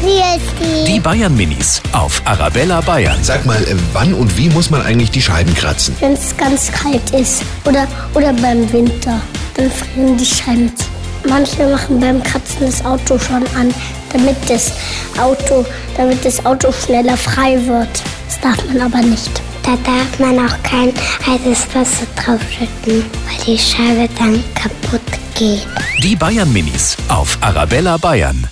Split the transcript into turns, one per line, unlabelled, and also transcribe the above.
Christi.
Die Bayern Minis auf Arabella Bayern.
Sag mal, äh, wann und wie muss man eigentlich die Scheiben kratzen?
Wenn es ganz kalt ist oder, oder beim Winter, dann frieren die Scheiben zu. Manche machen beim Kratzen das Auto schon an, damit das Auto, damit das Auto schneller frei wird. Das darf man aber nicht.
Da darf man auch kein heißes Wasser draufschütten, weil die Scheibe dann kaputt geht.
Die Bayern Minis auf Arabella Bayern.